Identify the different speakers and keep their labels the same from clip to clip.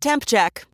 Speaker 1: Temp check.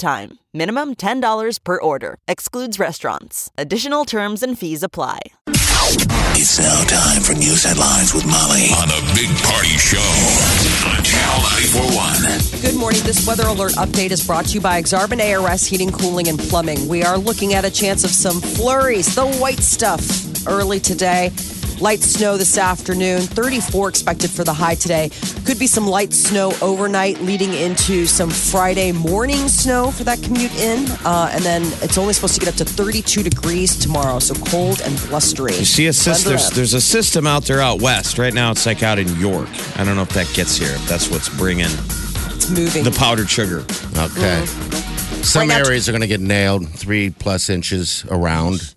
Speaker 1: time. Minimum $10 per order. Excludes restaurants. Additional terms and fees apply.
Speaker 2: It's now time for news headlines with Molly on the Big Party Show on Channel 941.
Speaker 3: Good morning. This weather alert update is brought to you by Exarban ARS Heating, Cooling, and Plumbing. We are looking at a chance of some flurries, the white stuff, early today. Light snow this afternoon, 34 expected for the high today. Could be some light snow overnight, leading into some Friday morning snow for that commute in. Uh, and then it's only supposed to get up to 32 degrees tomorrow, so cold and blustery.
Speaker 4: You see a system.
Speaker 3: Bundle
Speaker 4: There's,
Speaker 3: up.
Speaker 4: there's a system out there out west. Right now, it's like out in York. I don't know if that gets here. If that's what's bringing
Speaker 3: It's moving.
Speaker 4: the powdered sugar.
Speaker 5: Okay.
Speaker 3: Right
Speaker 5: Some
Speaker 3: now-
Speaker 5: areas are going to get nailed three plus inches around.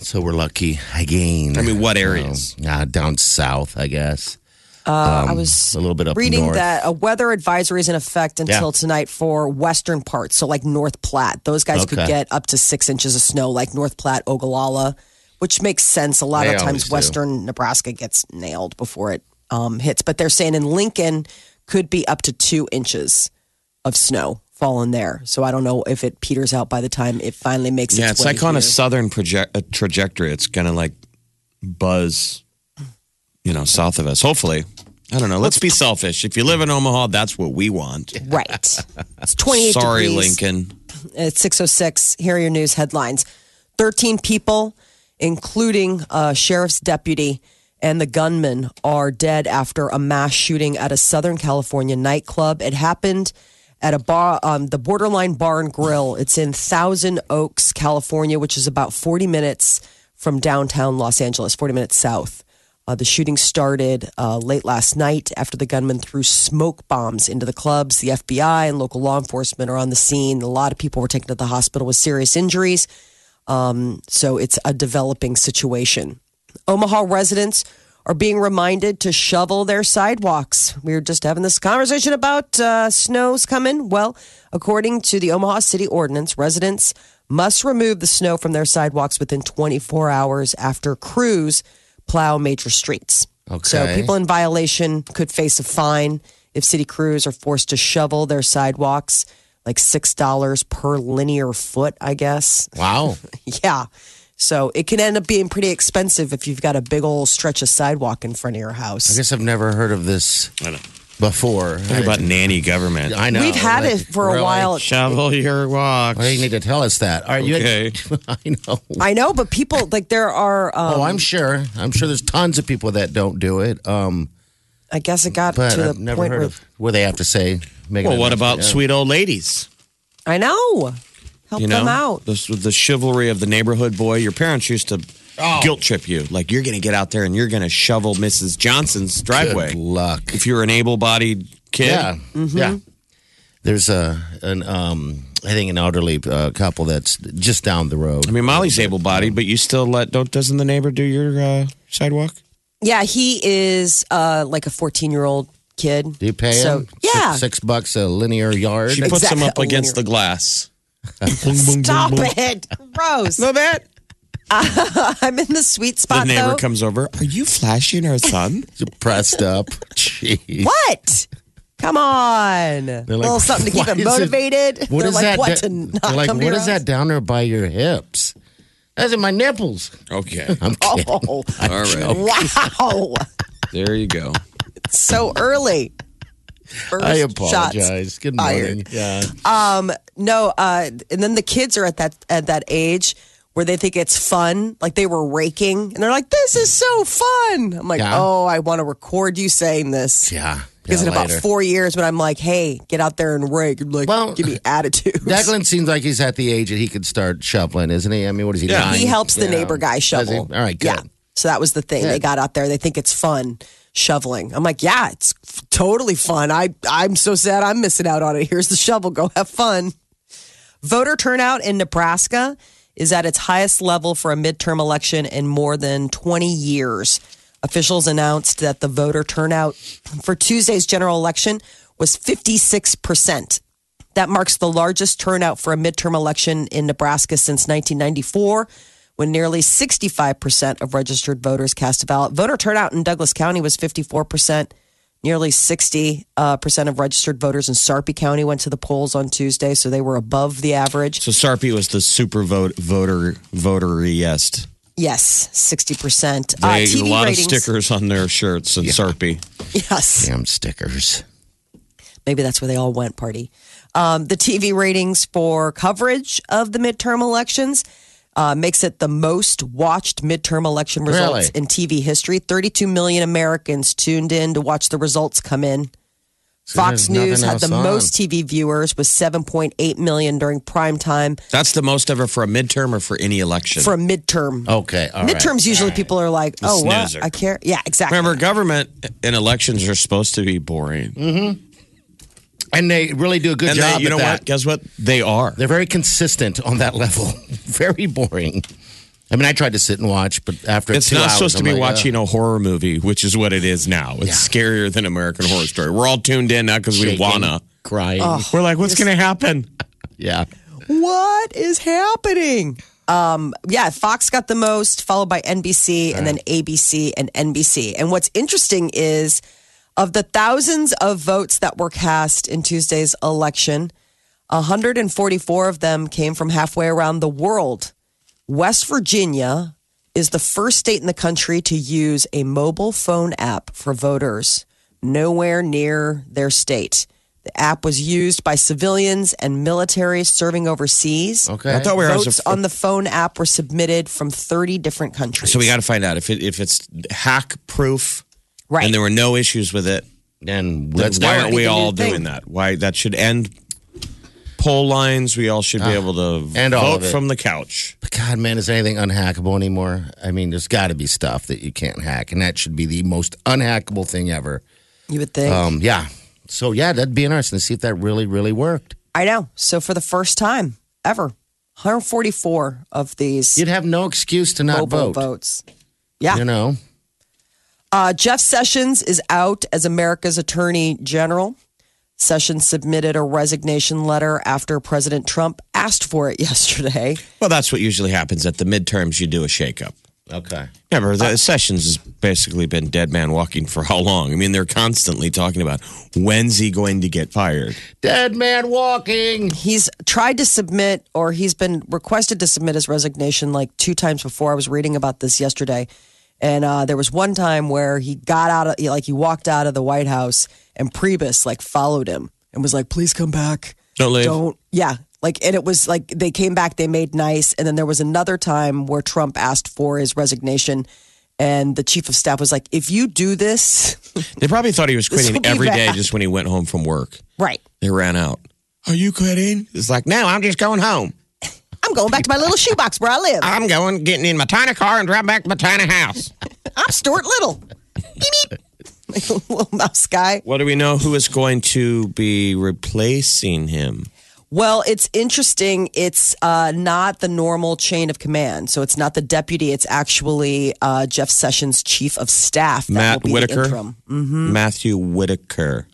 Speaker 5: So we're lucky again.
Speaker 4: I mean, what areas?
Speaker 5: So, uh, down south, I guess.
Speaker 3: I was
Speaker 5: Um, a little bit up
Speaker 3: reading
Speaker 5: north.
Speaker 3: that a weather advisory is in effect until
Speaker 5: Yeah.
Speaker 3: tonight for western parts. So, like North Platte, those guys could
Speaker 5: Okay.
Speaker 3: get up to six inches of snow, like North Platte, Ogallala, which makes sense. A lot
Speaker 5: They
Speaker 3: of
Speaker 5: always
Speaker 3: times,
Speaker 5: do.
Speaker 3: western Nebraska gets nailed before it um, hits. But they're saying in Lincoln could be up to two inches of snow falling there. So, I don't know if it peters out by the time it finally makes
Speaker 4: Yeah,
Speaker 3: its,
Speaker 4: it's
Speaker 3: way
Speaker 4: like on a
Speaker 3: here.
Speaker 4: southern project, uh trajectory. It's gonna like buzz, you know, south of us. Hopefully, I don't know. Let's be selfish. If you live in Omaha, that's what we want.
Speaker 3: Right. It's 28
Speaker 4: Sorry,
Speaker 3: degrees.
Speaker 4: Lincoln.
Speaker 3: at 606 here are oh your news headlines 13 people including a sheriff's deputy and the gunman are dead after a mass shooting at a southern california nightclub it happened at a bar um, the borderline bar and grill it's in thousand oaks california which is about 40 minutes from downtown los angeles 40 minutes south uh, the shooting started uh, late last night after the gunman threw smoke bombs into the clubs. The FBI and local law enforcement are on the scene. A lot of people were taken to the hospital with serious injuries. Um, so it's a developing situation. Omaha residents are being reminded to shovel their sidewalks. We were just having this conversation about uh, snows coming. Well, according to the Omaha City Ordinance, residents must remove the snow from their sidewalks within 24 hours after crews plow major streets. So
Speaker 5: Okay.
Speaker 3: people in violation could face a fine if city crews are forced to shovel their sidewalks, like $6 per linear foot, I guess.
Speaker 5: Wow.
Speaker 3: Yeah. So it can end up being pretty expensive if you've got a big old stretch of sidewalk in front of your
Speaker 5: I
Speaker 3: house.
Speaker 5: guess I've never heard of this
Speaker 4: I know.
Speaker 5: before.
Speaker 4: Think about nanny government.
Speaker 5: I know.
Speaker 3: We've had
Speaker 5: like,
Speaker 3: it for
Speaker 5: really?
Speaker 3: a while.
Speaker 4: Shovel your walk.
Speaker 5: Why do you need to tell us that? Are you?
Speaker 4: Okay.
Speaker 5: I know.
Speaker 3: I know, but people like there are. Um,
Speaker 5: oh, I'm sure. I'm sure there's tons of people that don't do it. Um,
Speaker 3: I guess it got
Speaker 5: but
Speaker 3: to the
Speaker 5: I've never
Speaker 3: point
Speaker 5: heard
Speaker 3: where
Speaker 5: of where they have to say. Make
Speaker 4: Well,
Speaker 5: an
Speaker 4: what about
Speaker 5: announcement. Yeah.
Speaker 4: sweet old ladies?
Speaker 3: I know help
Speaker 4: you know,
Speaker 3: them out.
Speaker 4: The, the chivalry of the neighborhood boy. Your parents used to
Speaker 5: Oh.
Speaker 4: guilt trip you, like you're going to get out there and you're going to shovel Mrs. Johnson's driveway.
Speaker 5: Good luck.
Speaker 4: If you're an able-bodied kid, Mm-hmm.
Speaker 5: Yeah, yeah. There's a an um, I think an elderly uh, couple that's just down the road.
Speaker 4: I mean Molly's able-bodied, but you still let don't doesn't the neighbor do your uh, sidewalk?
Speaker 3: Yeah, he is uh, like a 14 year old kid.
Speaker 5: do you pay
Speaker 3: so,
Speaker 5: them?
Speaker 3: Yeah.
Speaker 5: six, six bucks a linear yard.
Speaker 4: She puts
Speaker 3: Exactly.
Speaker 4: him up against the glass.
Speaker 3: Stop it, gross.
Speaker 4: Love it.
Speaker 3: I'm in the sweet
Speaker 4: The
Speaker 3: spot
Speaker 4: neighbor
Speaker 3: though.
Speaker 4: comes over. Are you flashing her son?
Speaker 5: pressed up. Jeez.
Speaker 3: what? Come on, a little something to keep
Speaker 5: "Why
Speaker 3: him
Speaker 5: is it-
Speaker 3: motivated.
Speaker 5: What
Speaker 3: They're
Speaker 5: is
Speaker 3: like,
Speaker 5: that?
Speaker 3: What
Speaker 5: da-
Speaker 3: to not
Speaker 5: they're like,
Speaker 3: come to
Speaker 5: what
Speaker 3: your
Speaker 5: is
Speaker 3: house?
Speaker 5: that down there by your hips? That's in my nipples.
Speaker 4: okay.
Speaker 5: I'm kidding.
Speaker 3: Oh,
Speaker 4: All right.
Speaker 3: wow.
Speaker 4: There you go.
Speaker 3: so early. First
Speaker 5: I
Speaker 3: shots.
Speaker 5: apologize. Good morning.
Speaker 3: fired.
Speaker 5: Yeah.
Speaker 3: No, uh, and then the kids are at that at that age where they think it's fun. Like they were raking, and they're like, "This is so fun." I'm like,
Speaker 5: Yeah.
Speaker 3: "Oh, I want to record you saying this."
Speaker 5: Yeah.
Speaker 3: Because
Speaker 5: Yeah,
Speaker 3: in about
Speaker 5: later.
Speaker 3: four years, when I'm like, "Hey, get out there and rake," you're like,
Speaker 5: Well,
Speaker 3: give me attitude.
Speaker 5: Declan seems like he's at the age that he could start shoveling, isn't he? I mean, what is he?
Speaker 4: Yeah.
Speaker 5: nine?
Speaker 3: he helps the
Speaker 5: You know?
Speaker 3: neighbor guy
Speaker 5: Does he?
Speaker 3: shovel.
Speaker 5: All right, good.
Speaker 3: yeah. So that was the thing. They got out there. They think it's fun. shoveling. I'm like, yeah, it's f- totally fun. I I'm so sad I'm missing out on it. Here's the shovel. Go have fun. Voter turnout in Nebraska is at its highest level for a midterm election in more than 20 years. Officials announced that the voter turnout for Tuesday's general election was 56%. That marks the largest turnout for a midterm election in Nebraska since 1994, when nearly 65% of registered voters cast a ballot. Voter turnout in Douglas County was 54%. Nearly 60% uh, percent of registered voters in Sarpy County went to the polls on Tuesday, so they were above the average.
Speaker 4: So Sarpy was the super vote, voter voteriest.
Speaker 3: Yes, 60%.
Speaker 4: They
Speaker 3: uh,
Speaker 4: had
Speaker 3: TV
Speaker 4: a lot
Speaker 3: ratings.
Speaker 4: of stickers on their shirts and Sarpy.
Speaker 3: Yes.
Speaker 5: Damn stickers.
Speaker 3: Maybe that's where they all went, party. Um, the TV ratings for coverage of the midterm elections uh, makes it the most watched midterm election results
Speaker 5: Really?
Speaker 3: in TV history. 32 million Americans tuned in to watch the results come in. Fox
Speaker 5: there's nothing
Speaker 3: News had
Speaker 5: else
Speaker 3: the
Speaker 5: on.
Speaker 3: most TV viewers with 7.8 million during prime time
Speaker 4: That's the most ever for a midterm or for any election.
Speaker 3: for a midterm.
Speaker 5: Okay. all right.
Speaker 3: Midterms, usually people are like, oh, what?
Speaker 4: snoozer.
Speaker 3: I care. Yeah, exactly.
Speaker 4: Remember, government and elections are supposed to be boring.
Speaker 5: And they really do a Mm-hmm. good
Speaker 4: And
Speaker 5: job.
Speaker 4: they, you
Speaker 5: at
Speaker 4: know
Speaker 5: that.
Speaker 4: what? Guess what? They are.
Speaker 5: They're very consistent on that level. very boring. I mean, I tried to sit and watch, but after
Speaker 4: It's
Speaker 5: two
Speaker 4: not
Speaker 5: hours,
Speaker 4: supposed to
Speaker 5: I'm
Speaker 4: be
Speaker 5: like, uh,
Speaker 4: watching a horror movie, which is what it is now. It's scarier than American Horror Story. We're all tuned in now because we
Speaker 5: shaking,
Speaker 4: wanna.
Speaker 5: crying.
Speaker 4: We're like, what's going to happen?
Speaker 5: Yeah.
Speaker 3: What is happening? Um, yeah, Fox got the most, followed by NBC and then ABC and NBC. And what's interesting is of the thousands of votes that were cast in Tuesday's election, 144 of them came from halfway around the world. West Virginia is the first state in the country to use a mobile phone app for voters nowhere near their state. The app was used by civilians and military serving overseas.
Speaker 5: Okay.
Speaker 4: I thought we were.
Speaker 3: Votes on the phone app were submitted from 30 different countries.
Speaker 4: so we got to find out if it, if it's hack proof
Speaker 3: right.
Speaker 4: and there were no issues with it.
Speaker 5: And
Speaker 4: Then
Speaker 5: let's
Speaker 4: why
Speaker 5: do
Speaker 4: aren't
Speaker 5: it.
Speaker 4: we
Speaker 3: Make a new
Speaker 4: all
Speaker 3: thing.
Speaker 4: doing that? Why that should end poll lines. We all should be able to
Speaker 5: and all
Speaker 4: vote
Speaker 5: of it.
Speaker 4: from the couch.
Speaker 5: But God, man, is anything unhackable anymore? I mean, there's got to be stuff that you can't hack, and that should be the most unhackable thing ever.
Speaker 3: you would think.
Speaker 5: Um, yeah. So yeah, that'd be interesting to see if that really, really worked.
Speaker 3: I know. So for the first time ever, 144 of these
Speaker 5: You'd have no excuse to not
Speaker 3: mobile
Speaker 5: vote.
Speaker 3: votes. Yeah.
Speaker 5: You know,
Speaker 3: Uh, Jeff Sessions is out as America's Attorney General. Sessions submitted a resignation letter after President Trump asked for it yesterday.
Speaker 4: Well, that's what usually happens at the midterms. You do a shakeup.
Speaker 5: okay.
Speaker 4: Remember, the Sessions has basically been dead man walking for how long? I mean, they're constantly talking about when's he going to get fired.
Speaker 5: Dead man walking.
Speaker 3: He's tried to submit, or he's been requested to submit his resignation like two times before. I was reading about this yesterday. And uh, there was one time where he got out of, like, he walked out of the White House and Priebus, like, followed him and was like, please come back.
Speaker 4: Don't leave.
Speaker 3: Don't. Yeah. Like, and it was like they came back, they made nice. And then there was another time where Trump asked for his resignation. And the chief of staff was like, if you do this,
Speaker 4: They probably thought he was
Speaker 3: This will
Speaker 4: quitting
Speaker 3: be
Speaker 4: every day
Speaker 3: bad.
Speaker 4: just when he went home from work.
Speaker 3: right,
Speaker 4: They ran out. Are you quitting? It's like, no, I'm just going home.
Speaker 3: I'm going back to my little shoebox where I live.
Speaker 4: I'm going, getting in my tiny car and drive back to my tiny house.
Speaker 3: I'm Stuart Little. Beep, beep. Like a little mouse guy.
Speaker 4: What do we know? Who is going to be replacing him?
Speaker 3: Well, it's interesting. It's uh, not the normal chain of command. So it's not the deputy. It's actually uh, Jeff Sessions' chief of staff. That
Speaker 4: Matt
Speaker 3: will be
Speaker 4: Whitaker?
Speaker 3: The interim. Mm-hmm.
Speaker 4: Matthew Whitaker.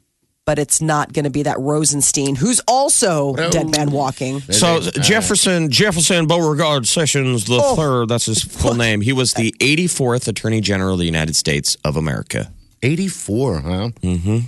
Speaker 3: but it's not going to be that Rosenstein, who's also dead man walking.
Speaker 4: So Jefferson Jefferson Beauregard Sessions the
Speaker 3: Oh.
Speaker 4: third. That's his full name. He was the 84th Attorney General of the United States of America.
Speaker 5: Eighty-four, huh? Mm-hmm.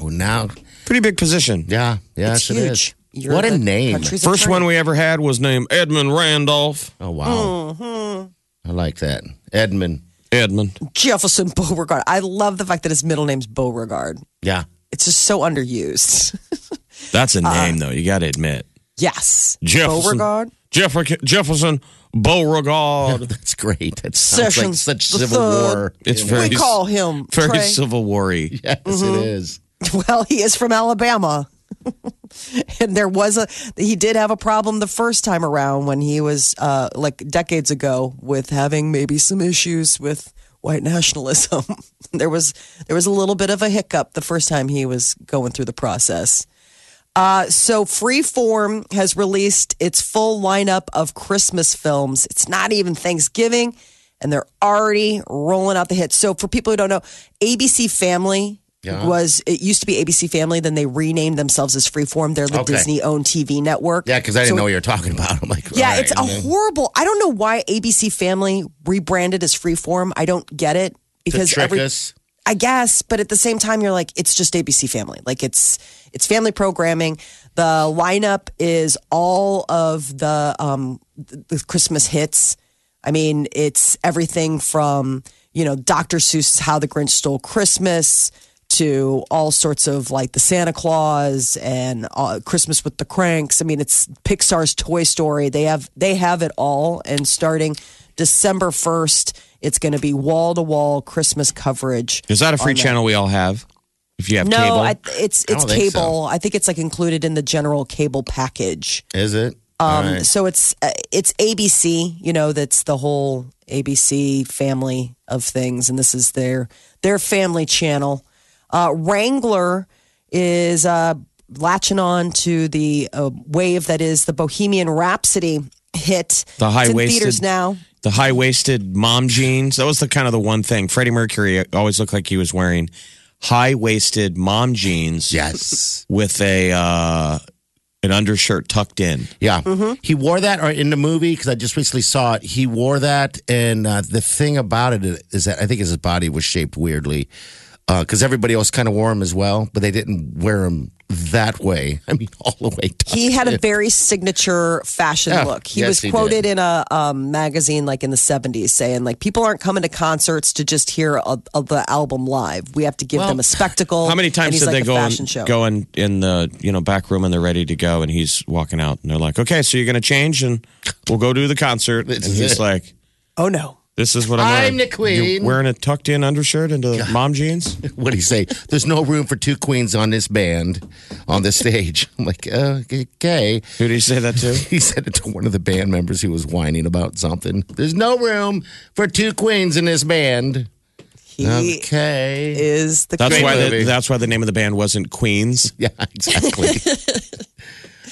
Speaker 5: Oh, now,
Speaker 4: Pretty big position.
Speaker 5: yeah, yeah,
Speaker 3: It's
Speaker 5: it is.
Speaker 3: huge. You're
Speaker 5: what a
Speaker 3: the
Speaker 5: name.
Speaker 3: country's
Speaker 4: First
Speaker 3: attorney.
Speaker 4: one we ever had was named Edmund Randolph.
Speaker 5: Oh wow.
Speaker 3: Mm-hmm.
Speaker 5: I like that, Edmund.
Speaker 4: Edmund.
Speaker 3: Jefferson Beauregard. I love the fact that his middle name's Beauregard.
Speaker 5: Yeah.
Speaker 3: It's just so underused.
Speaker 4: That's a name though. You got to admit.
Speaker 3: yes.
Speaker 4: Jefferson.
Speaker 3: Uh, Beauregard.
Speaker 4: Jeffer- Jefferson Beauregard.
Speaker 5: That's great. That sounds like
Speaker 3: Sessions
Speaker 5: such
Speaker 3: the
Speaker 5: Civil
Speaker 3: third.
Speaker 5: War.
Speaker 4: It's
Speaker 5: you know?
Speaker 4: very
Speaker 3: We call him
Speaker 4: very
Speaker 3: Trey.
Speaker 4: Civil war
Speaker 5: Yes, it
Speaker 3: Mm-hmm.
Speaker 5: is.
Speaker 3: Well, he is from Alabama. and there was a he did have a problem the first time around when he was uh like decades ago with having maybe some issues with white nationalism. there was there was a little bit of a hiccup the first time he was going through the process. Uh, so Freeform has released its full lineup of Christmas films. It's not even Thanksgiving, and they're already rolling out the hits. So for people who don't know, ABC Family
Speaker 5: Yeah.
Speaker 3: was it used to be ABC Family, then they renamed themselves as Freeform. They're the
Speaker 5: Okay.
Speaker 3: Disney-owned TV network.
Speaker 5: Yeah, because I didn't
Speaker 3: So
Speaker 5: know what you were talking about. I'm like,
Speaker 3: yeah,
Speaker 5: all
Speaker 3: it's a
Speaker 5: right.
Speaker 3: horrible. I don't know why ABC Family rebranded as Freeform. I don't get it because
Speaker 5: to trick
Speaker 3: every
Speaker 5: us.
Speaker 3: I guess, but at the same time, you're like, it's just ABC Family. Like it's it's family programming. The lineup is all of the um the the Christmas hits. I mean, it's everything from you know Dr. Seuss's How the Grinch Stole Christmas to all sorts of like the Santa Claus and uh, Christmas with the Cranks. I mean, it's Pixar's Toy Story. They have they have it all, and starting December first. It's going to be wall to wall Christmas coverage.
Speaker 4: Is that a free channel we all have? If you have
Speaker 3: No,
Speaker 4: cable,
Speaker 3: I, it's
Speaker 5: I
Speaker 3: it's
Speaker 5: don't think so.
Speaker 3: cable. I think it's like included in the general cable package.
Speaker 5: Is it?
Speaker 3: Um,
Speaker 5: All right.
Speaker 3: So it's uh, it's ABC. You know, that's the whole ABC family of things, and this is their their family channel. Uh, Wrangler is uh, latching on to the uh, wave that is the Bohemian Rhapsody hit.
Speaker 4: the high
Speaker 3: It's in
Speaker 4: waisted
Speaker 3: theaters now.
Speaker 4: The high waisted mom jeans. That was the kind of the one thing. Freddie Mercury always looked like he was wearing high waisted mom jeans.
Speaker 5: Yes.
Speaker 4: with a uh, an undershirt tucked in.
Speaker 5: Yeah. He wore that or in the movie because I just recently saw it. He wore that. And uh, the thing about it is that I think his body was shaped weirdly because everybody else kind of wore him as well, but they didn't wear him that way. I mean, all the way. Down.
Speaker 3: he had a very signature fashion
Speaker 5: Yeah.
Speaker 3: look. He
Speaker 5: Yes,
Speaker 3: was
Speaker 5: he
Speaker 3: quoted
Speaker 5: did.
Speaker 3: in a um, magazine like in the 70s saying like people aren't coming to concerts to just hear a, a, the album live. We have to give them a spectacle.
Speaker 4: How many
Speaker 3: And
Speaker 4: times
Speaker 3: he's
Speaker 4: did
Speaker 3: like
Speaker 4: they
Speaker 3: a
Speaker 4: go
Speaker 3: fashion
Speaker 4: in,
Speaker 3: show?
Speaker 4: go in, in the you know back room and they're ready to go and he's walking out and they're like, okay, so you're gonna change and we'll go do the concert
Speaker 5: This
Speaker 4: and
Speaker 5: is
Speaker 4: he's
Speaker 5: it.
Speaker 4: like,
Speaker 3: Oh no.
Speaker 4: this is what I'm,
Speaker 5: I'm
Speaker 4: wearing.
Speaker 5: the queen.
Speaker 4: You're wearing a tucked in undershirt into mom jeans.
Speaker 5: What do you say? There's no room for two queens on this band, on this stage. I'm like, uh, okay.
Speaker 4: Who did he say that to?
Speaker 5: He said it to one of the band members who was whining about something. There's no room for two queens in this band.
Speaker 3: He
Speaker 5: Okay.
Speaker 3: is the
Speaker 4: That's
Speaker 5: Great
Speaker 4: why. The,
Speaker 5: movie.
Speaker 4: that's why the name of the band wasn't Queens.
Speaker 5: Yeah, exactly.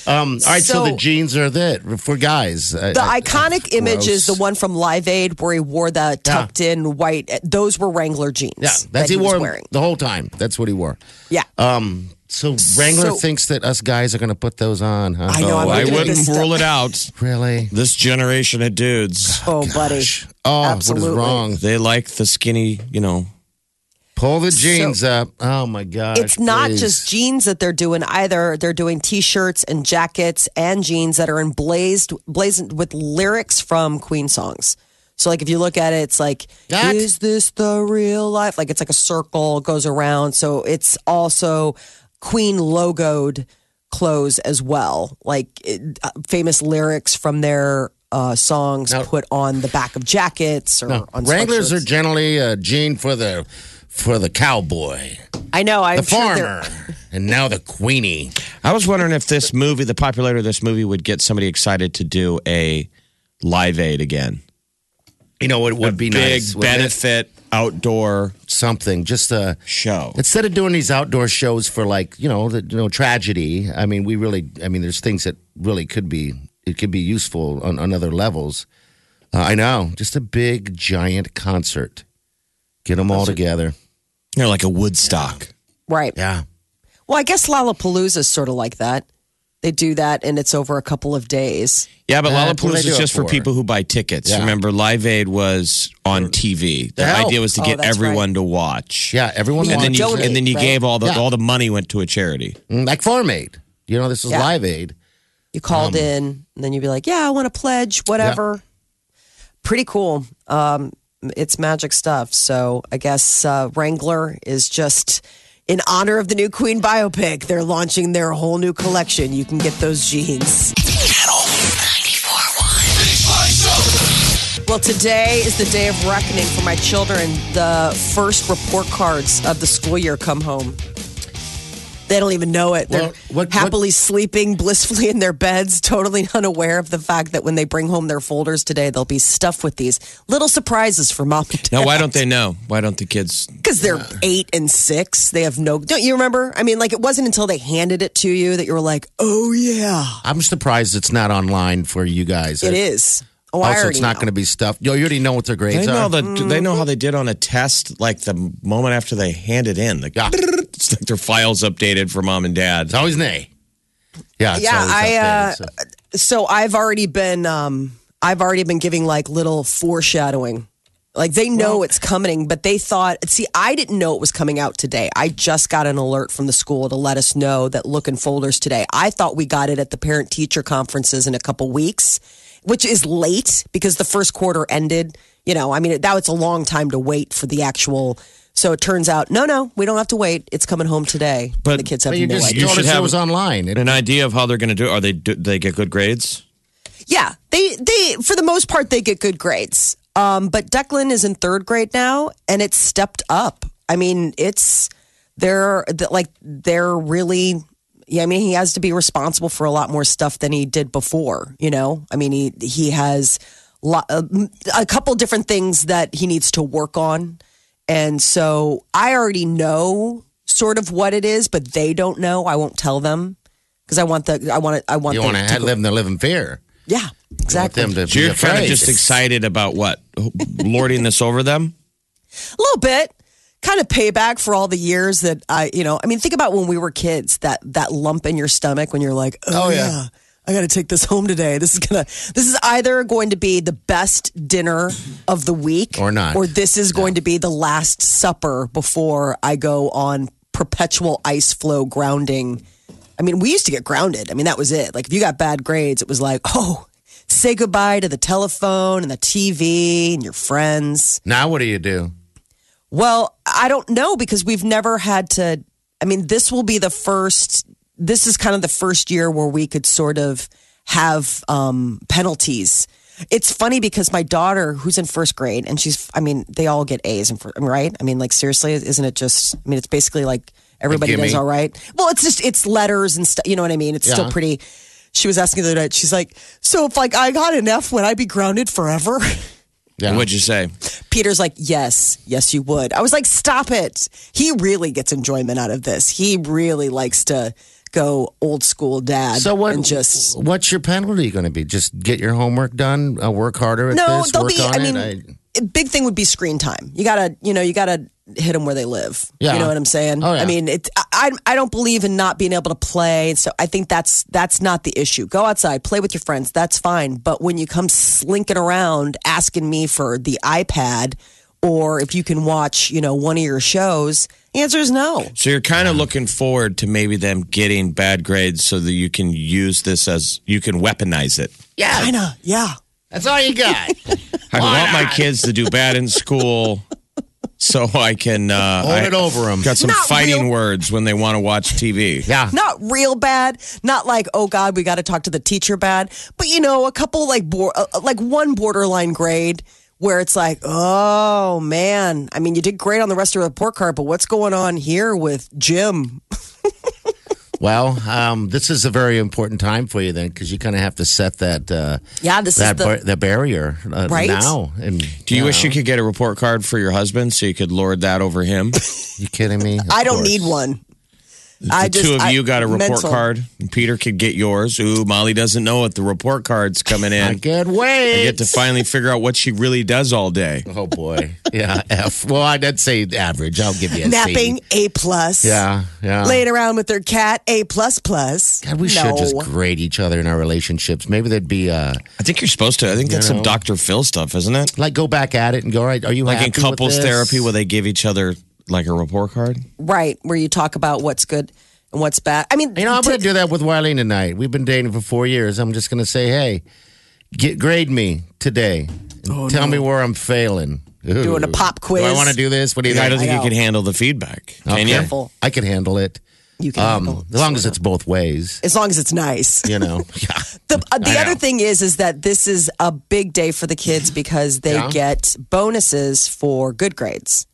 Speaker 5: um, all right, so,
Speaker 3: So-
Speaker 5: the jeans are that for guys. I-
Speaker 3: The
Speaker 5: I-
Speaker 3: iconic image is the
Speaker 5: gross.
Speaker 3: one from Live Aid where he wore the tucked in white. Those were Wrangler jeans.
Speaker 5: Yeah,
Speaker 3: that
Speaker 5: that's he,
Speaker 3: was
Speaker 5: wore
Speaker 3: wearing.
Speaker 5: the whole time. That's what he wore.
Speaker 3: Yeah,
Speaker 5: Um, so Wrangler
Speaker 3: So-
Speaker 5: thinks that us guys are going to put those on. Huh?
Speaker 3: I know, I'm
Speaker 4: Oh, I
Speaker 3: looking at
Speaker 4: wouldn't
Speaker 3: this stuff.
Speaker 4: rule it out.
Speaker 5: really.
Speaker 4: This generation of dudes,
Speaker 3: oh buddy,
Speaker 5: Oh, what
Speaker 3: Absolutely.
Speaker 5: is wrong?
Speaker 4: they like the skinny. You know,
Speaker 5: Pull the jeans up. Oh my gosh.
Speaker 3: it's not
Speaker 5: please.
Speaker 3: just jeans that they're doing either. They're doing t-shirts and jackets and jeans that are emblazed blazoned with lyrics from Queen songs. So like if you look at it, it's like
Speaker 5: That-
Speaker 3: is this the real life? Like it's like a circle goes around. So it's also Queen logoed clothes as well. Like it, uh, famous lyrics from their uh, songs
Speaker 5: No.
Speaker 3: put on the back of jackets or on
Speaker 5: Uh, Wranglers are
Speaker 3: sweatshirts.
Speaker 5: generally a jean for the for the cowboy,
Speaker 3: I know. I'm
Speaker 5: the
Speaker 3: sure they're-
Speaker 5: farmer, and now the queenie.
Speaker 4: I was wondering if this movie, the popularity of this movie, would get somebody excited to do a Live Aid again.
Speaker 5: You know, it would be
Speaker 4: Big
Speaker 5: nice. wouldn't it?
Speaker 4: benefit outdoor
Speaker 5: something. Just uh,
Speaker 4: show.
Speaker 5: instead of doing these outdoor shows for like you know the, you know tragedy. I mean, we really. I mean, there's things that really could be it could be useful on, on other levels. Uh, I know, just a big giant concert. Get them all together.
Speaker 4: you know, like a Woodstock.
Speaker 3: right.
Speaker 5: Yeah.
Speaker 3: Well, I guess Lollapalooza is sort of like that. They do that, and it's over a couple of days.
Speaker 4: Yeah, but
Speaker 5: That's what
Speaker 4: Lollapalooza
Speaker 5: they do
Speaker 4: is
Speaker 5: it
Speaker 4: just for.
Speaker 5: for.
Speaker 4: people who buy tickets.
Speaker 5: Yeah.
Speaker 4: Remember, Live Aid was on TV. The
Speaker 5: help.
Speaker 4: idea was to
Speaker 3: Oh,
Speaker 4: get
Speaker 3: that's
Speaker 4: everyone to watch.
Speaker 5: Yeah, everyone
Speaker 4: and then
Speaker 5: wants
Speaker 4: you
Speaker 5: it.
Speaker 3: donate,
Speaker 4: and then you
Speaker 3: right?
Speaker 4: gave all the
Speaker 5: Yeah.
Speaker 4: all the money went to a charity.
Speaker 5: Mm, like Farm Aid. You know, this is
Speaker 3: Yeah.
Speaker 5: Live Aid.
Speaker 3: You called in, and then you'd be like, "Yeah, I want to pledge, whatever." Pretty cool. Um, it's magic stuff. So I guess uh, Wrangler is just in honor of the new Queen biopic. They're launching their whole new collection. You can get those jeans.
Speaker 2: Channel 94.1. Big Party Show.
Speaker 3: Well, today is the day of reckoning for my children. The first report cards of the school year come home. They don't even know it. They're
Speaker 5: Well, what- what-
Speaker 3: happily sleeping, blissfully in their beds, totally unaware of the fact that when they bring home their folders today, they'll be stuffed with these little surprises for mom and dad.
Speaker 4: Now, why don't they know? Why don't the kids?
Speaker 3: Because they're eight and six. They have no. Don't you remember? I mean, like, it wasn't until they handed it to you that you were like, oh, yeah,
Speaker 5: I'm surprised it's not online for you guys.
Speaker 3: it is. Oh, I
Speaker 5: Also,
Speaker 3: already
Speaker 5: it's not
Speaker 3: know.
Speaker 5: going to be stuffed. Yo, you already know what their
Speaker 4: They
Speaker 5: grades
Speaker 4: know
Speaker 5: are. Mm-hmm.
Speaker 4: the. They know how they did on a test. Like the moment after they hand it in, like it's like their files updated for mom and dad.
Speaker 5: it's always nay. Yeah, it's
Speaker 3: Yeah,
Speaker 5: always
Speaker 3: I,
Speaker 5: updated,
Speaker 3: uh,
Speaker 5: so.
Speaker 3: so I've already been um I've already been giving like little foreshadowing. Like they know it's coming, but they thought see, I didn't know it was coming out today. I just got an alert from the school to let us know that look in folders today. I thought we got it at the parent teacher conferences in a couple weeks, which is late because the first quarter ended. You know, I mean it- now it's a long time to wait for the actual so it turns out, no, no, we don't have to wait. It's coming home today.
Speaker 4: But-
Speaker 3: the kids have
Speaker 5: But you
Speaker 3: no
Speaker 5: just
Speaker 3: idea.
Speaker 4: You
Speaker 5: told
Speaker 4: should
Speaker 5: us it
Speaker 4: have-
Speaker 5: was online. It-
Speaker 4: An idea of how they're going to do. Are they? Do they get good grades?
Speaker 3: Yeah, they they for the most part they get good grades. Um, but Declan is in third grade now, and it's stepped up. I mean, it's they're th- like they're really. Yeah, I mean, he has to be responsible for a lot more stuff than he did before. You know, I mean, he he has lo- uh, m- a couple different things that he needs to work on, and so I already know sort of what it is, but they don't know. I won't tell them because I want the I want it. I want
Speaker 5: You
Speaker 3: them
Speaker 5: want to
Speaker 3: go-
Speaker 5: live them to live in fear.
Speaker 3: yeah,
Speaker 5: You want
Speaker 3: exactly.
Speaker 5: them to
Speaker 4: So
Speaker 5: be
Speaker 4: you're kind of
Speaker 5: afraid.
Speaker 4: just excited about what lording this over them.
Speaker 3: a little bit kind of payback for all the years that I, you know, I mean, think about when we were kids, that that lump in your stomach when you're like, oh,
Speaker 5: Oh,
Speaker 3: yeah.
Speaker 5: yeah.
Speaker 3: I got to take this home today. This is gonna. This is either going to be the best dinner of the week,
Speaker 5: Or not.
Speaker 3: or this is going to be the last supper before I go on perpetual ice flow grounding. I mean, we used to get grounded. I mean, that was it. Like if you got bad grades, it was like, oh, say goodbye to the telephone and the TV and your friends.
Speaker 5: Now, what do you do?
Speaker 3: Well, I don't know because we've never had to. I mean, this will be the first. This is kind of the first year where we could sort of have um, penalties. It's funny because my daughter, who's in first grade, and she's, I mean, they all get A's, in fir- right? I mean, like, seriously, isn't it just, I mean, it's basically like everybody does
Speaker 5: gimme.
Speaker 3: all right. Well, it's just, it's letters and stuff, you know what I mean? It's still
Speaker 5: Yeah.
Speaker 3: pretty. She was asking the other night, she's like, so if like I got an F, would I be grounded forever?
Speaker 5: Yeah.
Speaker 4: What'd you say?
Speaker 3: Peter's like, yes, yes, you would. I was like, stop it. He really gets enjoyment out of this. He really likes to go old school dad.
Speaker 5: so what?
Speaker 3: And just
Speaker 5: what's your penalty going to be? Just get your homework done. Uh, work harder at
Speaker 3: no,
Speaker 5: this.
Speaker 3: they'll
Speaker 5: work
Speaker 3: be.
Speaker 5: on
Speaker 3: I mean,
Speaker 5: it.
Speaker 3: a big thing would be screen time. You gotta, you know, you gotta hit them where they live.
Speaker 5: Yeah.
Speaker 3: You know what I'm saying?
Speaker 5: Oh, yeah.
Speaker 3: I mean, it. I I I don't believe in not being able to play. So I think that's that's not the issue. Go outside, play with your friends. That's fine. But when you come slinking around asking me for the iPad or if you can watch, you know, one of your shows, the answer is no.
Speaker 4: So you're kind of looking forward to maybe them getting bad grades so that you can use this as you can weaponize it.
Speaker 5: yeah,
Speaker 3: Kinda, yeah.
Speaker 5: that's all you got.
Speaker 4: I want my kids to do bad in school so I can uh
Speaker 5: Hold
Speaker 4: I
Speaker 5: it over 'em.
Speaker 4: Got some
Speaker 3: Not
Speaker 4: fighting
Speaker 3: real-
Speaker 4: words when they want to watch TV.
Speaker 5: yeah,
Speaker 3: Not real bad, not like oh god, we got to talk to the teacher bad, but you know, a couple like bor- uh, like one borderline grade where it's like, oh man, I mean, you did great on the rest of the report card, but what's going on here with Jim?
Speaker 5: Well, um, this is a very important time for you then, because you kind of have to set that. Uh,
Speaker 3: Yeah, this is
Speaker 5: that
Speaker 3: the-
Speaker 5: bar- the barrier uh,
Speaker 3: Right?
Speaker 5: now. And
Speaker 4: Do you wish you could get a report card for your husband so you could lord that over him?
Speaker 5: You kidding me? Of
Speaker 3: I don't
Speaker 5: course.
Speaker 3: need one. I
Speaker 4: the two of
Speaker 3: I-
Speaker 4: you got a report
Speaker 3: mental.
Speaker 4: card. Peter could get yours. Ooh, Molly doesn't know it. The report card's coming in.
Speaker 5: I can't
Speaker 4: I
Speaker 5: wait.
Speaker 4: get to finally figure out what she really does all day.
Speaker 5: oh boy, yeah. F. Well, I'd say average. I'll give you a C.
Speaker 3: Napping A plus.
Speaker 5: Yeah, yeah.
Speaker 3: Laying around with their cat A plus plus.
Speaker 5: God, we should just grade each other in our relationships. Maybe there'd be uh,
Speaker 4: I think you're supposed to. I think that's some Dr. Phil stuff, isn't it?
Speaker 5: like go back at it and go. All right, are you
Speaker 4: Like in
Speaker 5: happy with
Speaker 4: couples
Speaker 5: this?
Speaker 4: therapy where they give each other like a report card.
Speaker 3: right where you talk about what's good and what's bad. I mean,
Speaker 5: You know, I'm
Speaker 3: to-
Speaker 5: going to do that with Wileen tonight. We've been dating for four years. I'm just going to say, hey, get grade me today. And tell me where I'm failing. Ooh.
Speaker 3: Oh, Doing a pop
Speaker 5: Do I
Speaker 3: quiz.
Speaker 5: want to do this? What do you
Speaker 4: I
Speaker 5: think?
Speaker 4: don't think
Speaker 3: I
Speaker 4: you
Speaker 3: know.
Speaker 4: can handle the feedback. Can
Speaker 5: Okay.
Speaker 4: you?
Speaker 3: Careful.
Speaker 5: I can handle it.
Speaker 3: you can handle
Speaker 5: Um,
Speaker 3: it.
Speaker 5: as long as it's both ways,
Speaker 3: as long as it's nice.
Speaker 5: you know. yeah.
Speaker 3: The, uh, the
Speaker 4: I
Speaker 3: other
Speaker 4: know.
Speaker 3: thing is, is that this is a big day for the kids because they
Speaker 5: Yeah.
Speaker 3: get bonuses for good grades.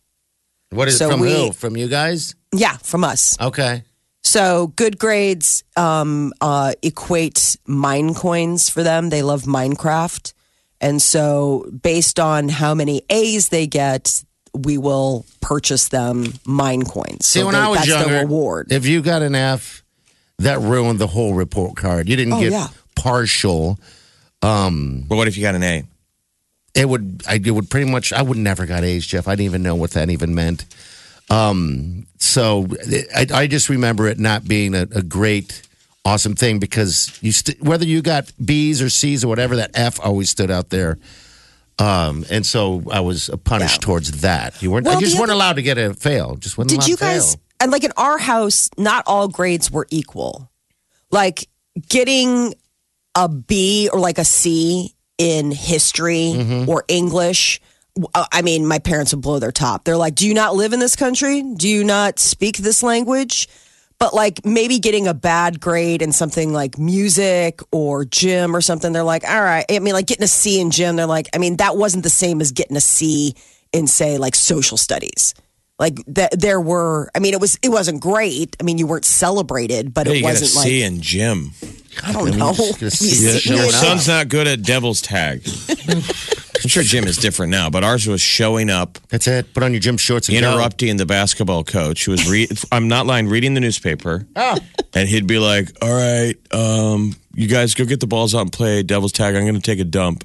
Speaker 5: What is
Speaker 3: So
Speaker 5: it from
Speaker 3: we-
Speaker 5: who? From you guys?
Speaker 3: Yeah, from us.
Speaker 5: Okay.
Speaker 3: So good grades um, uh, equate mine coins for them. They love Minecraft. And so, based on how many A's they get, we will purchase them mine coins.
Speaker 5: See,
Speaker 3: so
Speaker 5: when
Speaker 3: they-
Speaker 5: I was
Speaker 3: that's
Speaker 5: younger,
Speaker 3: the reward.
Speaker 5: if you got an F, that ruined the whole report card. You didn't
Speaker 3: Oh,
Speaker 5: get
Speaker 3: yeah.
Speaker 5: partial.
Speaker 4: But what if you got an A?
Speaker 5: It would, I it would pretty much, I would never got A's, Jeff. I didn't even know what that even meant. Um, so I, I just remember it not being a, a great, awesome thing because you, st- whether you got B's or C's or whatever, that F always stood out there. Um, and so I was punished towards that. You weren't, I
Speaker 3: Well,
Speaker 5: just
Speaker 3: the
Speaker 5: weren't
Speaker 3: other-
Speaker 5: allowed to get a fail. Just wasn't allowed
Speaker 3: Did you
Speaker 5: to fail.
Speaker 3: guys, and like in our house, not all grades were equal. Like getting a B or like a C in history
Speaker 4: Mm-hmm.
Speaker 3: or English. w- uh, I mean, my parents would blow their top. They're like, Do you not live in this country? Do you not speak this language? But like maybe getting a bad grade in something like music or gym or something, they're like, All right. I mean, like getting a C in gym, they're like, I mean, that wasn't the same as getting a C in, say, like social studies. Like that, there were. I mean, it was. It wasn't great. I mean, you weren't celebrated, but
Speaker 4: Yeah,
Speaker 3: it
Speaker 4: you got a
Speaker 3: wasn't like.
Speaker 4: C in gym.
Speaker 3: I don't know.
Speaker 5: just gonna see
Speaker 3: You
Speaker 5: it
Speaker 3: see
Speaker 5: showing
Speaker 4: Your
Speaker 3: it.
Speaker 5: up.
Speaker 4: son's not good at devil's tag. I'm sure Jim is different now, but ours was showing up,
Speaker 5: That's it. Put on your gym shorts and go.
Speaker 4: interrupting the basketball coach. Who was re- I'm not lying, reading the newspaper, and he'd be like, "All right, um, you guys go get the balls out and play devil's tag. I'm going to take a dump."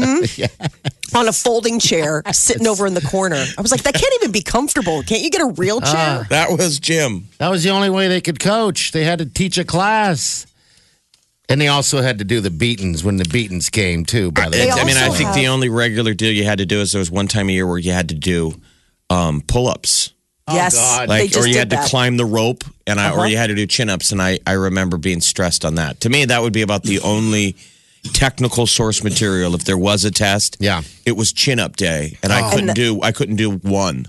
Speaker 3: on a folding chair, sitting over in the corner. I was like, that can't even be comfortable. Can't you get a real
Speaker 4: Ah.
Speaker 3: chair?
Speaker 4: That was Jim.
Speaker 5: That was the only way they could coach. They had to teach a class. And they also had to do the beatings when the beatings came, too, by the
Speaker 3: They
Speaker 5: way.
Speaker 4: I mean, I
Speaker 3: also
Speaker 4: think
Speaker 3: have-
Speaker 4: the only regular deal you had to do is there was one time a year where you had to do um, pull-ups.
Speaker 3: yes, they
Speaker 5: God.
Speaker 4: Oh, like
Speaker 3: just
Speaker 4: or you
Speaker 3: did
Speaker 4: had
Speaker 3: that. Uh-huh.
Speaker 4: to climb the rope and I or you had to do chin-ups and I I remember being stressed on that. To me that would be about the only technical source material if there was a test.
Speaker 5: Yeah.
Speaker 4: It was chin-up day and
Speaker 3: Oh.
Speaker 4: I couldn't do I couldn't do one.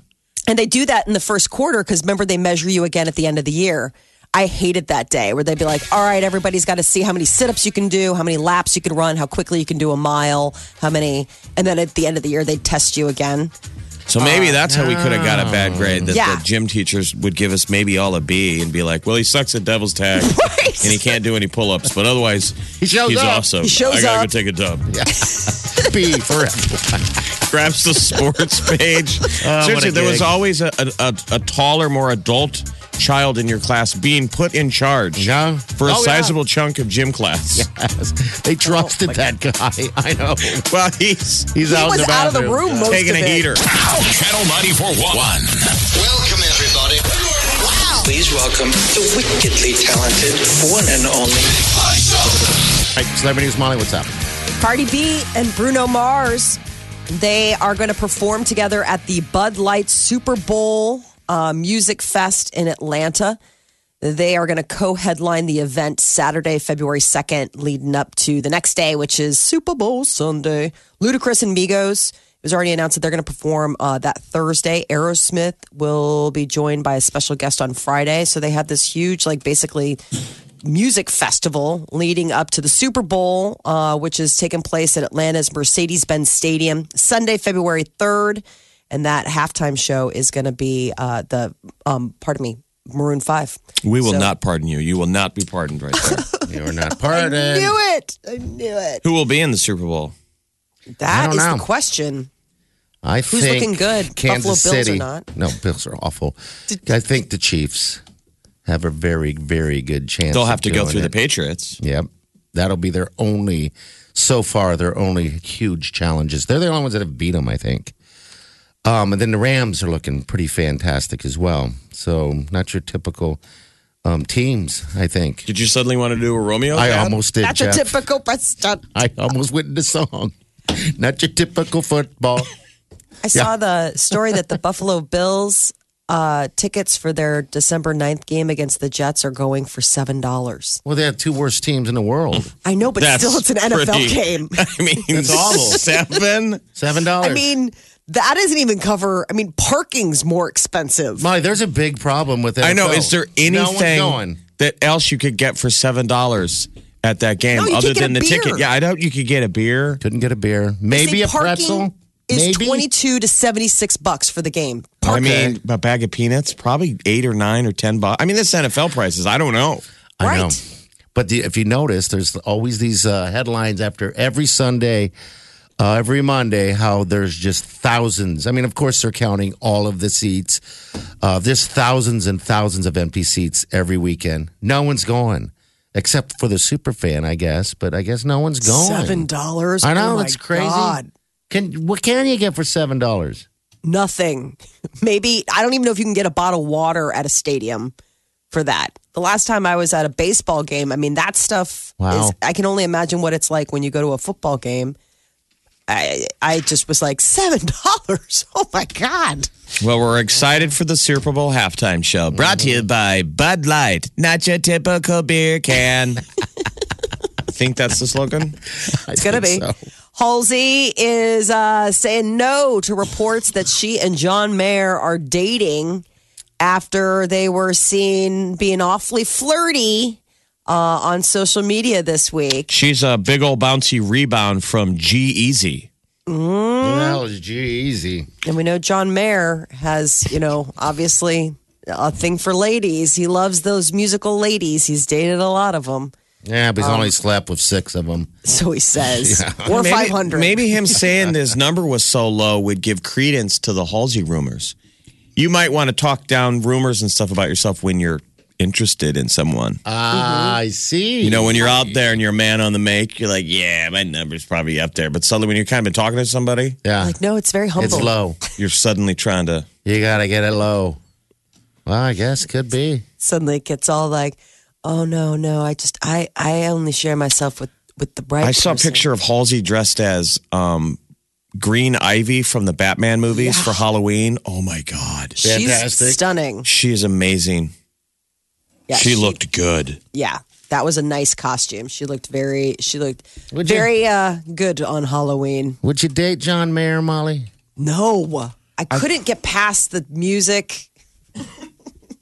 Speaker 3: And they do that in the first quarter because remember they measure you again at the end of the year. I hated that day where they'd be like, all right, everybody's got to see how many sit ups you can do, how many laps you can run, how quickly you can do a mile, how many. And then at the end of the year, they'd test you again.
Speaker 4: So maybe that's how we could have got a
Speaker 5: Oh.
Speaker 4: bad grade that
Speaker 3: Yeah.
Speaker 4: the gym teachers would give us maybe all a B and be like, "Well, he sucks at devil's tag
Speaker 3: Right.
Speaker 4: and he can't do any pull-ups, but otherwise
Speaker 5: He shows
Speaker 4: he's
Speaker 5: up.
Speaker 4: awesome.
Speaker 3: He shows
Speaker 4: I
Speaker 3: up.
Speaker 4: got to go take a dump."
Speaker 5: B forever.
Speaker 4: grabs the sports page.
Speaker 5: what a
Speaker 4: Seriously, there was
Speaker 5: gig.
Speaker 4: always a, a, a, a taller, more adult child in your class being put in charge
Speaker 5: Yeah.
Speaker 4: for a
Speaker 5: Oh, yeah.
Speaker 4: sizable chunk of gym class.
Speaker 3: Oh
Speaker 5: They trusted that guy. I know.
Speaker 4: Well, he's
Speaker 5: He's
Speaker 3: He
Speaker 5: out
Speaker 3: was
Speaker 5: in the
Speaker 3: out of the
Speaker 5: bathroom.
Speaker 3: room most
Speaker 4: taking
Speaker 3: of
Speaker 4: a
Speaker 3: it.
Speaker 4: heater.
Speaker 2: Channel 941.
Speaker 6: Welcome, everybody. Wow. Please welcome the wickedly talented one and only.
Speaker 5: All right, Celebrity News Molly, what's up?
Speaker 3: Cardi B and Bruno Mars, they are going to perform together at the Bud Light Super Bowl uh, Music Fest in Atlanta. They are going to co headline the event Saturday, February 2nd, leading up to the next day, which is Super Bowl Sunday. Ludacris and Migos. It was already announced that they're going to perform uh, that Thursday. Aerosmith will be joined by a special guest on Friday. So they have this huge, like, basically music festival leading up to the Super Bowl, uh, which is taking place at Atlanta's Mercedes Benz Stadium Sunday, February 3rd. And that halftime show is going to be uh, the, um, pardon me, Maroon 5.
Speaker 4: We will
Speaker 3: So-
Speaker 4: not pardon you. You will not be pardoned right there.
Speaker 5: You are not pardoned.
Speaker 3: knew it. I knew it.
Speaker 4: Who will be in the Super Bowl?
Speaker 5: I
Speaker 3: That
Speaker 5: don't
Speaker 3: is
Speaker 5: know.
Speaker 3: the question.
Speaker 5: I
Speaker 3: Who's
Speaker 5: think
Speaker 3: looking good?
Speaker 5: Kansas
Speaker 3: Buffalo Bills
Speaker 5: City.
Speaker 3: or not?
Speaker 5: No, Bills are awful. I think the Chiefs have a very, very good chance.
Speaker 4: They'll
Speaker 5: of
Speaker 4: have to go
Speaker 5: doing
Speaker 4: through
Speaker 5: it.
Speaker 4: the Patriots.
Speaker 5: Yep. That'll be their only, so far, their only huge challenges. They're the only ones that have beat them, I think. Um, and then the Rams are looking pretty fantastic as well. So, not your typical um, teams, I think.
Speaker 4: Did you suddenly want to do a Romeo?
Speaker 5: I
Speaker 4: ad?
Speaker 5: almost did,
Speaker 3: That's
Speaker 5: Jeff.
Speaker 3: a typical question.
Speaker 5: I almost went into song. Not your typical football.
Speaker 3: I saw the story that the Buffalo Bills uh, tickets for their December 9th game against the Jets are going for $7.
Speaker 5: well, they have two worst teams in the world.
Speaker 3: I know, but
Speaker 4: That's
Speaker 3: still, it's an NFL
Speaker 4: pretty-
Speaker 3: game.
Speaker 4: I mean,
Speaker 5: That's awful.
Speaker 4: seven.
Speaker 5: Seven dollars.
Speaker 3: I mean, that doesn't even cover. I mean, parking's more expensive.
Speaker 5: Molly, there's a big problem with NFL.
Speaker 4: I know. Is there
Speaker 5: No one's
Speaker 4: anything
Speaker 5: going.
Speaker 4: that else you could get for seven dollars at that game
Speaker 3: No, you
Speaker 4: other
Speaker 3: can't get
Speaker 4: than
Speaker 3: a
Speaker 4: the
Speaker 3: beer.
Speaker 4: ticket? Yeah, I doubt you could get a beer.
Speaker 5: Couldn't get a beer.
Speaker 3: Is
Speaker 5: Maybe a
Speaker 3: it parking?
Speaker 5: pretzel.
Speaker 3: is
Speaker 5: Maybe.
Speaker 3: 22 to 76 bucks for the game.
Speaker 4: I mean, a bag of peanuts, probably eight or nine or ten bucks. I mean, this NFL prices, I don't know.
Speaker 5: I know.
Speaker 3: Right.
Speaker 5: But the, if you notice, there's always these uh, headlines after every Sunday, uh, every Monday, how there's just thousands. I mean, of course, they're counting all of the seats. Uh, there's thousands and thousands of empty seats every weekend. No one's going, except for the super fan, I guess. But I guess no one's going.
Speaker 3: Seven dollars.
Speaker 5: I know
Speaker 3: oh my
Speaker 5: it's crazy.
Speaker 3: God.
Speaker 5: Can what can you get for seven dollars?
Speaker 3: Nothing. Maybe I don't even know if you can get a bottle of water at a stadium for that. The last time I was at a baseball game, I mean that stuff
Speaker 5: Wow.
Speaker 3: is I can only imagine what it's like when you go to a football game. I I just was like seven dollars. Oh my god.
Speaker 4: Well, we're excited for the Super Bowl halftime show brought to
Speaker 3: Mm-hmm.
Speaker 4: you by Bud Light, not your typical beer can. I think that's the slogan.
Speaker 3: It's gonna be. Halsey is uh, saying no to reports that she and John Mayer are dating after they were seen being awfully flirty uh, on social media this week.
Speaker 4: She's a big old bouncy rebound from G Easy.
Speaker 3: Hmm?
Speaker 5: That was easy.
Speaker 3: And we know John Mayer has, you know, obviously a thing for ladies. He loves those musical ladies. He's dated a lot of them.
Speaker 5: Yeah, but he's
Speaker 3: Um,
Speaker 5: only slept with six of them.
Speaker 3: So he says, or
Speaker 4: Maybe-
Speaker 3: 500.
Speaker 4: Maybe him saying this number was so low would give credence to the Halsey rumors. You might want to talk down rumors and stuff about yourself when you're interested in someone.
Speaker 5: Ah, I see.
Speaker 4: You know, when you're out there and you're a man on the make, you're like, yeah, my number's probably up there. But suddenly, when you're kind of talking to somebody,
Speaker 5: yeah,
Speaker 3: Like, no, it's very humble.
Speaker 5: it's low.
Speaker 4: you're suddenly trying to.
Speaker 5: You gotta get it low. Well, I guess could be.
Speaker 3: suddenly it gets all like, "Oh no, no! I just I I only share myself with with the right."
Speaker 4: I saw a
Speaker 3: person."
Speaker 4: picture of Halsey dressed as um, Green Ivy from the Batman movies for Halloween. Oh my God.
Speaker 3: She's
Speaker 5: Fantastic.
Speaker 3: stunning.
Speaker 4: She is amazing.
Speaker 3: Yeah,
Speaker 4: she, looked good.
Speaker 3: Yeah, that was a nice costume. She looked very. She looked
Speaker 5: Would you-
Speaker 3: very uh, good on Halloween.
Speaker 5: Would you date John Mayer, Molly?
Speaker 3: No, I couldn't get past the music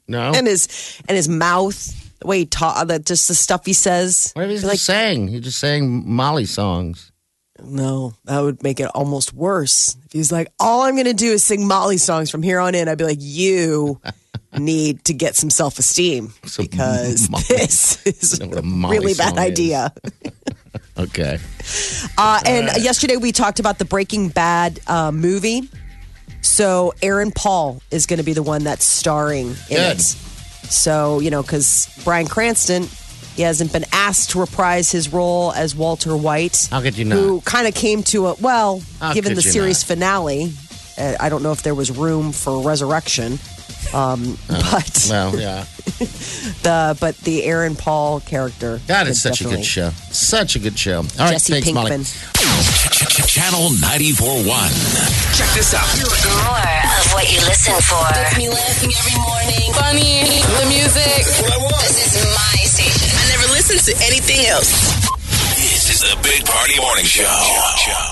Speaker 5: No.
Speaker 3: and his and his mouth. The way he talk, that just the stuff he says.
Speaker 5: What if he's
Speaker 3: Like,
Speaker 5: just saying? He just sang Molly songs.
Speaker 3: no, that would make it almost worse. If he's like, all I'm going to do is sing Molly songs from here on in, I'd be like, you need to get some self esteem
Speaker 5: Some
Speaker 3: because
Speaker 5: Molly-
Speaker 3: this is
Speaker 5: know what
Speaker 3: a
Speaker 5: a Molly
Speaker 3: really bad
Speaker 5: song is.
Speaker 3: idea.
Speaker 5: Okay.
Speaker 3: Uh, and yesterday we talked about the Breaking Bad uh, movie. So Aaron Paul is going to be the one that's starring in
Speaker 5: Good.
Speaker 3: it. So, you know, because Brian Cranston, he hasn't been asked to reprise his role as Walter White.
Speaker 5: How could you not?
Speaker 3: Who kind of came to a, well,
Speaker 5: How
Speaker 3: given
Speaker 5: could
Speaker 3: the
Speaker 5: you
Speaker 3: series
Speaker 5: not?
Speaker 3: finale, uh, I don't know if there was room for resurrection. Um, but
Speaker 5: Oh, Well, yeah.
Speaker 3: the but the Aaron Paul character.
Speaker 5: God, it's
Speaker 3: could
Speaker 5: such a
Speaker 3: definitely-
Speaker 5: good show. Such a good show. All right,
Speaker 3: Jesse
Speaker 5: thanks, Molly.
Speaker 3: Pinkman.
Speaker 2: Channel 94.1.
Speaker 6: Check this out.
Speaker 7: More of what you listen for.
Speaker 8: Gets me laughing every morning. Funny. The music.
Speaker 6: What I want.
Speaker 8: This is my station. I never listen to anything else.
Speaker 2: This is the Big Party Morning Show.